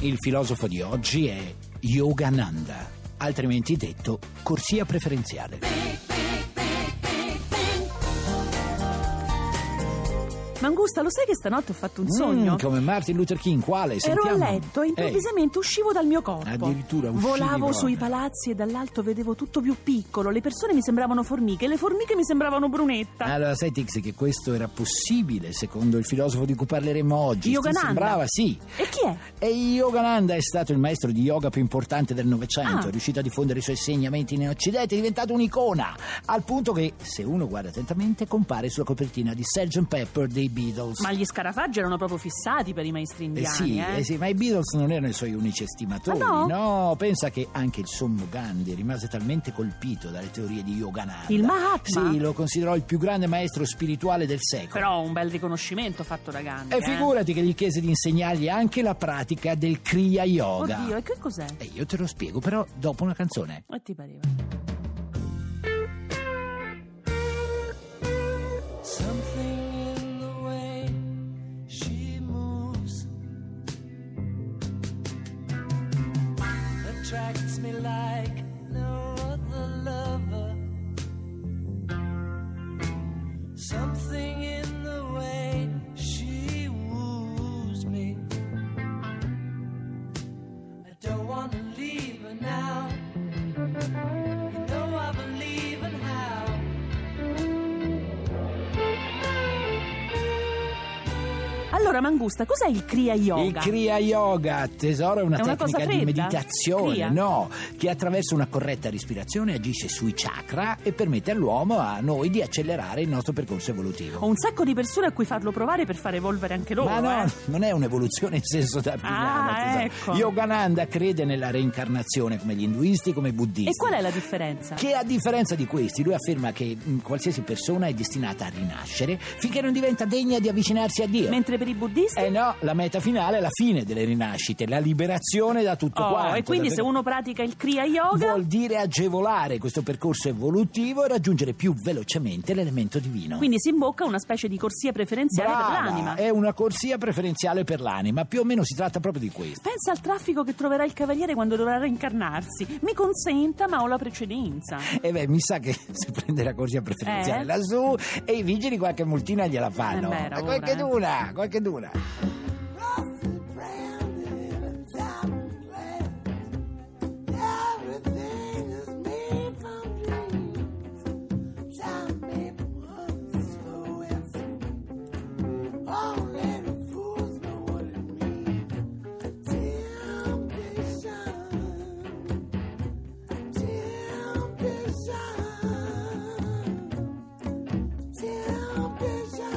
Il filosofo di oggi è Yogananda, altrimenti detto corsia preferenziale. Mangusta, lo sai che stanotte ho fatto un sogno? Mm, come Martin Luther King, quale? Ero Sentiamo. Eh. a letto e Ehi, improvvisamente uscivo dal mio corpo. Addirittura uscivi Volavo proprio. sui palazzi e dall'alto vedevo tutto più piccolo. Le persone mi sembravano formiche, le formiche mi sembravano brunetta. Allora, sai Tix che questo era possibile secondo il filosofo di cui parleremo oggi? Yogananda. Ti sembrava, sì. E chi è? E Yogananda è stato il maestro di yoga più importante del Novecento, Ah. è riuscito a diffondere i suoi insegnamenti in Occidente, è diventato un'icona, al punto che, se uno guarda attentamente, compare sulla copertina di Sgt. Pepper dei Beatles. Ma gli scarafaggi erano proprio fissati per i maestri Eh indiani. sì, eh. eh sì, ma i Beatles non erano i suoi unici estimatori, Ah, no? pensa che anche il sommo Gandhi rimase talmente colpito dalle teorie di Yogananda. Il Mahatma? Sì, lo considerò il più grande maestro spirituale del secolo. Però un bel riconoscimento fatto da Gandhi. E eh. figurati che gli chiese di insegnargli anche la pratica del Kriya Yoga. Oddio, e che cos'è? E io te lo spiego, però dopo una canzone. E ti pareva? Something in the way she moves attracts me like no other lover. Something in the way she woos me. I don't want to leave her now. You know I believe in how. Allora, Mangusta, cos'è il Kriya Il Yoga? Kriya Yoga, tesoro, è una È una tecnica cosa di fredda? meditazione, Kriya? no? Che attraverso una corretta respirazione agisce sui chakra e permette all'uomo, a noi, di accelerare il nostro percorso evolutivo. Ho un sacco di persone a cui farlo provare per far evolvere anche loro, Ma no, eh. non è un'evoluzione in senso darwiniano. Ah, tesoro. ecco. Yogananda crede nella reincarnazione come gli induisti, come i buddisti. E qual è la differenza? Che a differenza di questi, lui afferma che mh, qualsiasi persona è destinata a rinascere finché non diventa degna di avvicinarsi a Dio. Mentre per i buddisti... Eh no, la meta finale è la fine delle rinascite, la liberazione da tutto Oh, quanto. e quindi da- se uno pratica il Kriya Yoga... Vuol dire agevolare questo percorso evolutivo e raggiungere più velocemente l'elemento divino. Quindi si imbocca una specie di corsia preferenziale Brava, Eh. per l'anima. è una corsia preferenziale per l'anima, più o meno si tratta proprio di questo. Pensa al traffico che troverà il cavaliere quando dovrà reincarnarsi. Mi consenta, ma ho la precedenza. E beh, mi sa che se prende la corsia preferenziale Eh? lassù e i vigili qualche multina gliela fanno. Eh beh, era Ma qualche ora, eh. duna, qualche duna. Everything is made from dreams. Tell me what's who is only the fools know what it means. Temptation, temptation, temptation.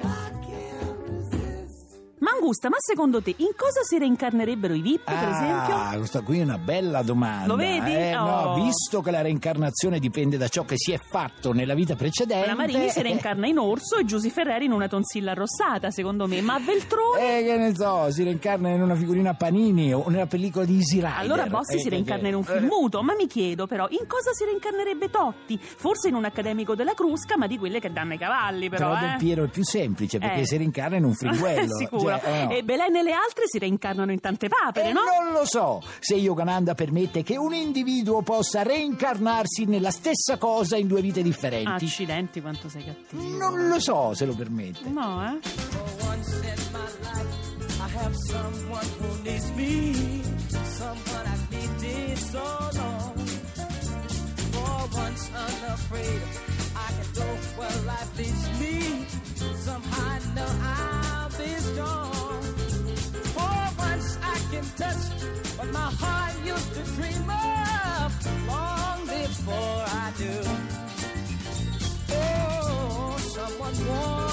I can't resist. Mangusta, ma secondo te in cosa si reincarnerebbero i VIP, per esempio? Ah, questa qui è una bella domanda. Lo vedi? Eh, Oh. No, visto che la reincarnazione dipende da ciò che si è fatto nella vita precedente. eh, La Marini si reincarna in orso e Giusy Ferreri in una tonsilla arrossata, secondo me. Ma Veltroni? Eh, che ne so, si reincarna in una figurina Panini o nella pellicola di Easy Rider. Allora Bossi Eh, si reincarna in un eh, film muto, ma mi chiedo però in cosa si reincarnerebbe Totti? Forse in un accademico della Crusca, ma di quelle che danno i cavalli, però. Però eh. Del Piero è più semplice perché Eh. si reincarna in un friguello. Sicuro. Cioè, eh, no. Eh, E Belen e le altre si reincarnano in tante papere, E no? non lo so se Yogananda permette che un individuo possa reincarnarsi nella stessa cosa in due vite differenti. Ah, Accidenti, quanto sei cattivo. Non lo so se lo permette. No, eh? For once in my life, I have someone who needs me. Someone I've needed so long. For once unafraid, I can go where life leads me. Somehow I know I'll be strong. For once I can touch what my heart used to dream of long before I do. Oh,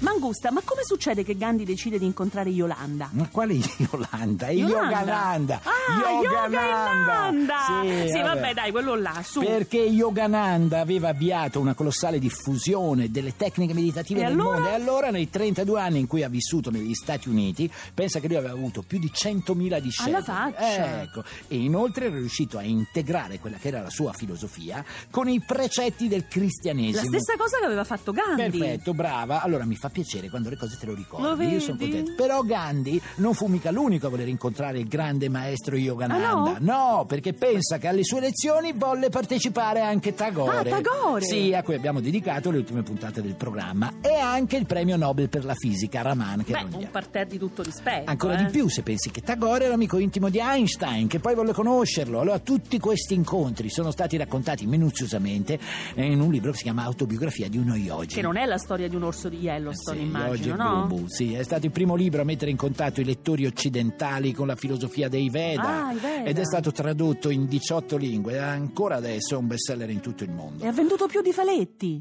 Mangusta, ma come succede che Gandhi decide di incontrare Yolanda? Ma quale Yolanda? È Yolanda. Yogananda! Ah, Yogananda! Sì, Sì, vabbè, dai, quello là, su. Perché Yogananda aveva avviato una colossale diffusione delle tecniche meditative E nel allora? mondo e allora nei 32 anni in cui ha vissuto negli Stati Uniti pensa che lui aveva avuto più di 100.000 discepoli. Alla faccia. Ecco. E inoltre era riuscito a integrare quella che era la sua filosofia con i precetti del cristianesimo. La stessa cosa che aveva fatto Gandhi. Perfetto, brava. Allora mi fa piacere quando le cose te lo ricordi. Lo Io sono vedi? contento. Però Gandhi non fu mica l'unico a voler incontrare il grande maestro Yogananda. Ah, no? perché pensa che alle sue lezioni volle partecipare anche Tagore. Ah, Tagore! Sì, a cui abbiamo dedicato le ultime puntate del programma e anche il premio Nobel per la fisica Raman che Beh, non gli ha- un parterre di tutto rispetto. Ancora eh. di più se pensi che Tagore era amico intimo di Einstein, che poi volle conoscerlo. Allora tutti questi incontri sono stati raccontati minuziosamente eh, in un libro che si chiama Autobiografia di uno yogi. Che Cioè, non è la storia di un orso di Yellowstone, immagino, oggi no? Sì, è stato il primo libro a mettere in contatto i lettori occidentali con la filosofia dei Veda. Ah, i Veda. Ed è stato tradotto in 18 lingue. e Ancora adesso è un bestseller in tutto il mondo. E ha venduto più di Faletti.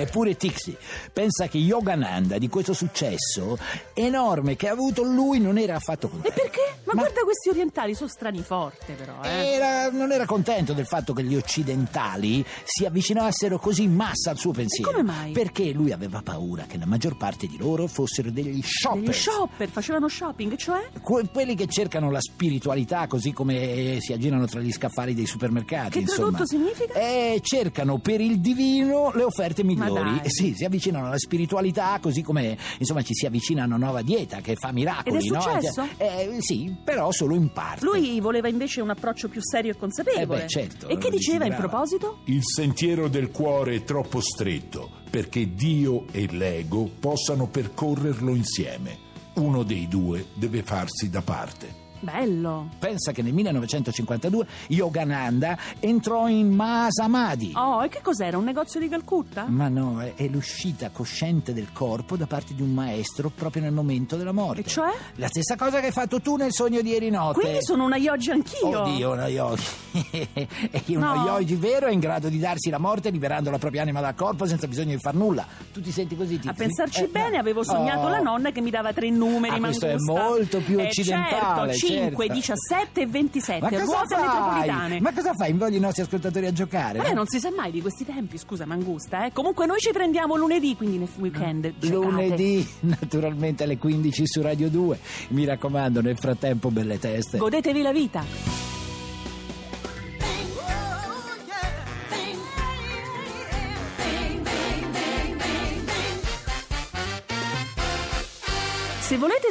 Eppure Tixi pensa che Yogananda di questo successo enorme che ha avuto lui non era affatto E contento. perché? Ma, Ma- guarda questi orientali, sono strani forte però, eh. Era- non era contento del fatto che gli occidentali si avvicinassero così in massa al suo pensiero. come mai? Perché lui aveva paura che la maggior parte di loro fossero degli shoppers. Degli shopper, facevano shopping, cioè? Que- quelli che cercano la spiritualità così come eh, si aggirano tra gli scaffali dei supermercati Che insomma eh, tradotto significa? e cercano per il divino le offerte migliori dai. Eh sì si avvicinano alla spiritualità così come insomma ci si avvicina a una nuova dieta che fa miracoli Ed è no? successo? Eh, sì però solo in parte Lui voleva invece un approccio più serio e consapevole. Eh beh, certo, E che lo diceva in desiderava. proposito? Il sentiero del cuore è troppo stretto perché Dio e l'ego possano percorrerlo insieme. Uno dei due deve farsi da parte. Bello. pensa che nel 1952 Yogananda entrò in Mahasamadhi Oh, e che cos'era? Un negozio di Calcutta? Ma no, è, è l'uscita cosciente del corpo da parte di un maestro proprio nel momento della morte. E cioè? La stessa cosa che hai fatto tu nel sogno di ieri notte. Quindi sono una yogi anch'io. Oddio, uno yogi. e uno No. yogi vero è in grado di darsi la morte liberando la propria anima dal corpo senza bisogno di far nulla. Tu ti senti così? Ti, A pensarci eh, bene, no. avevo sognato Oh. la nonna che mi dava tre numeri. Ah, questo mangusta. è molto più Eh, occidentale. certo, 5, certo. 17 e 27, Ma cosa ruote fai? metropolitane. Ma cosa fai? Invogli i nostri ascoltatori a giocare? Vabbè, non si sa mai di questi tempi, scusa Mangusta, eh. Comunque noi ci prendiamo lunedì, quindi nel weekend. giocate. Ah, Lunedì, naturalmente alle 15 su Radio 2. Mi raccomando, nel frattempo, belle teste. Godetevi la vita. Oh, Se volete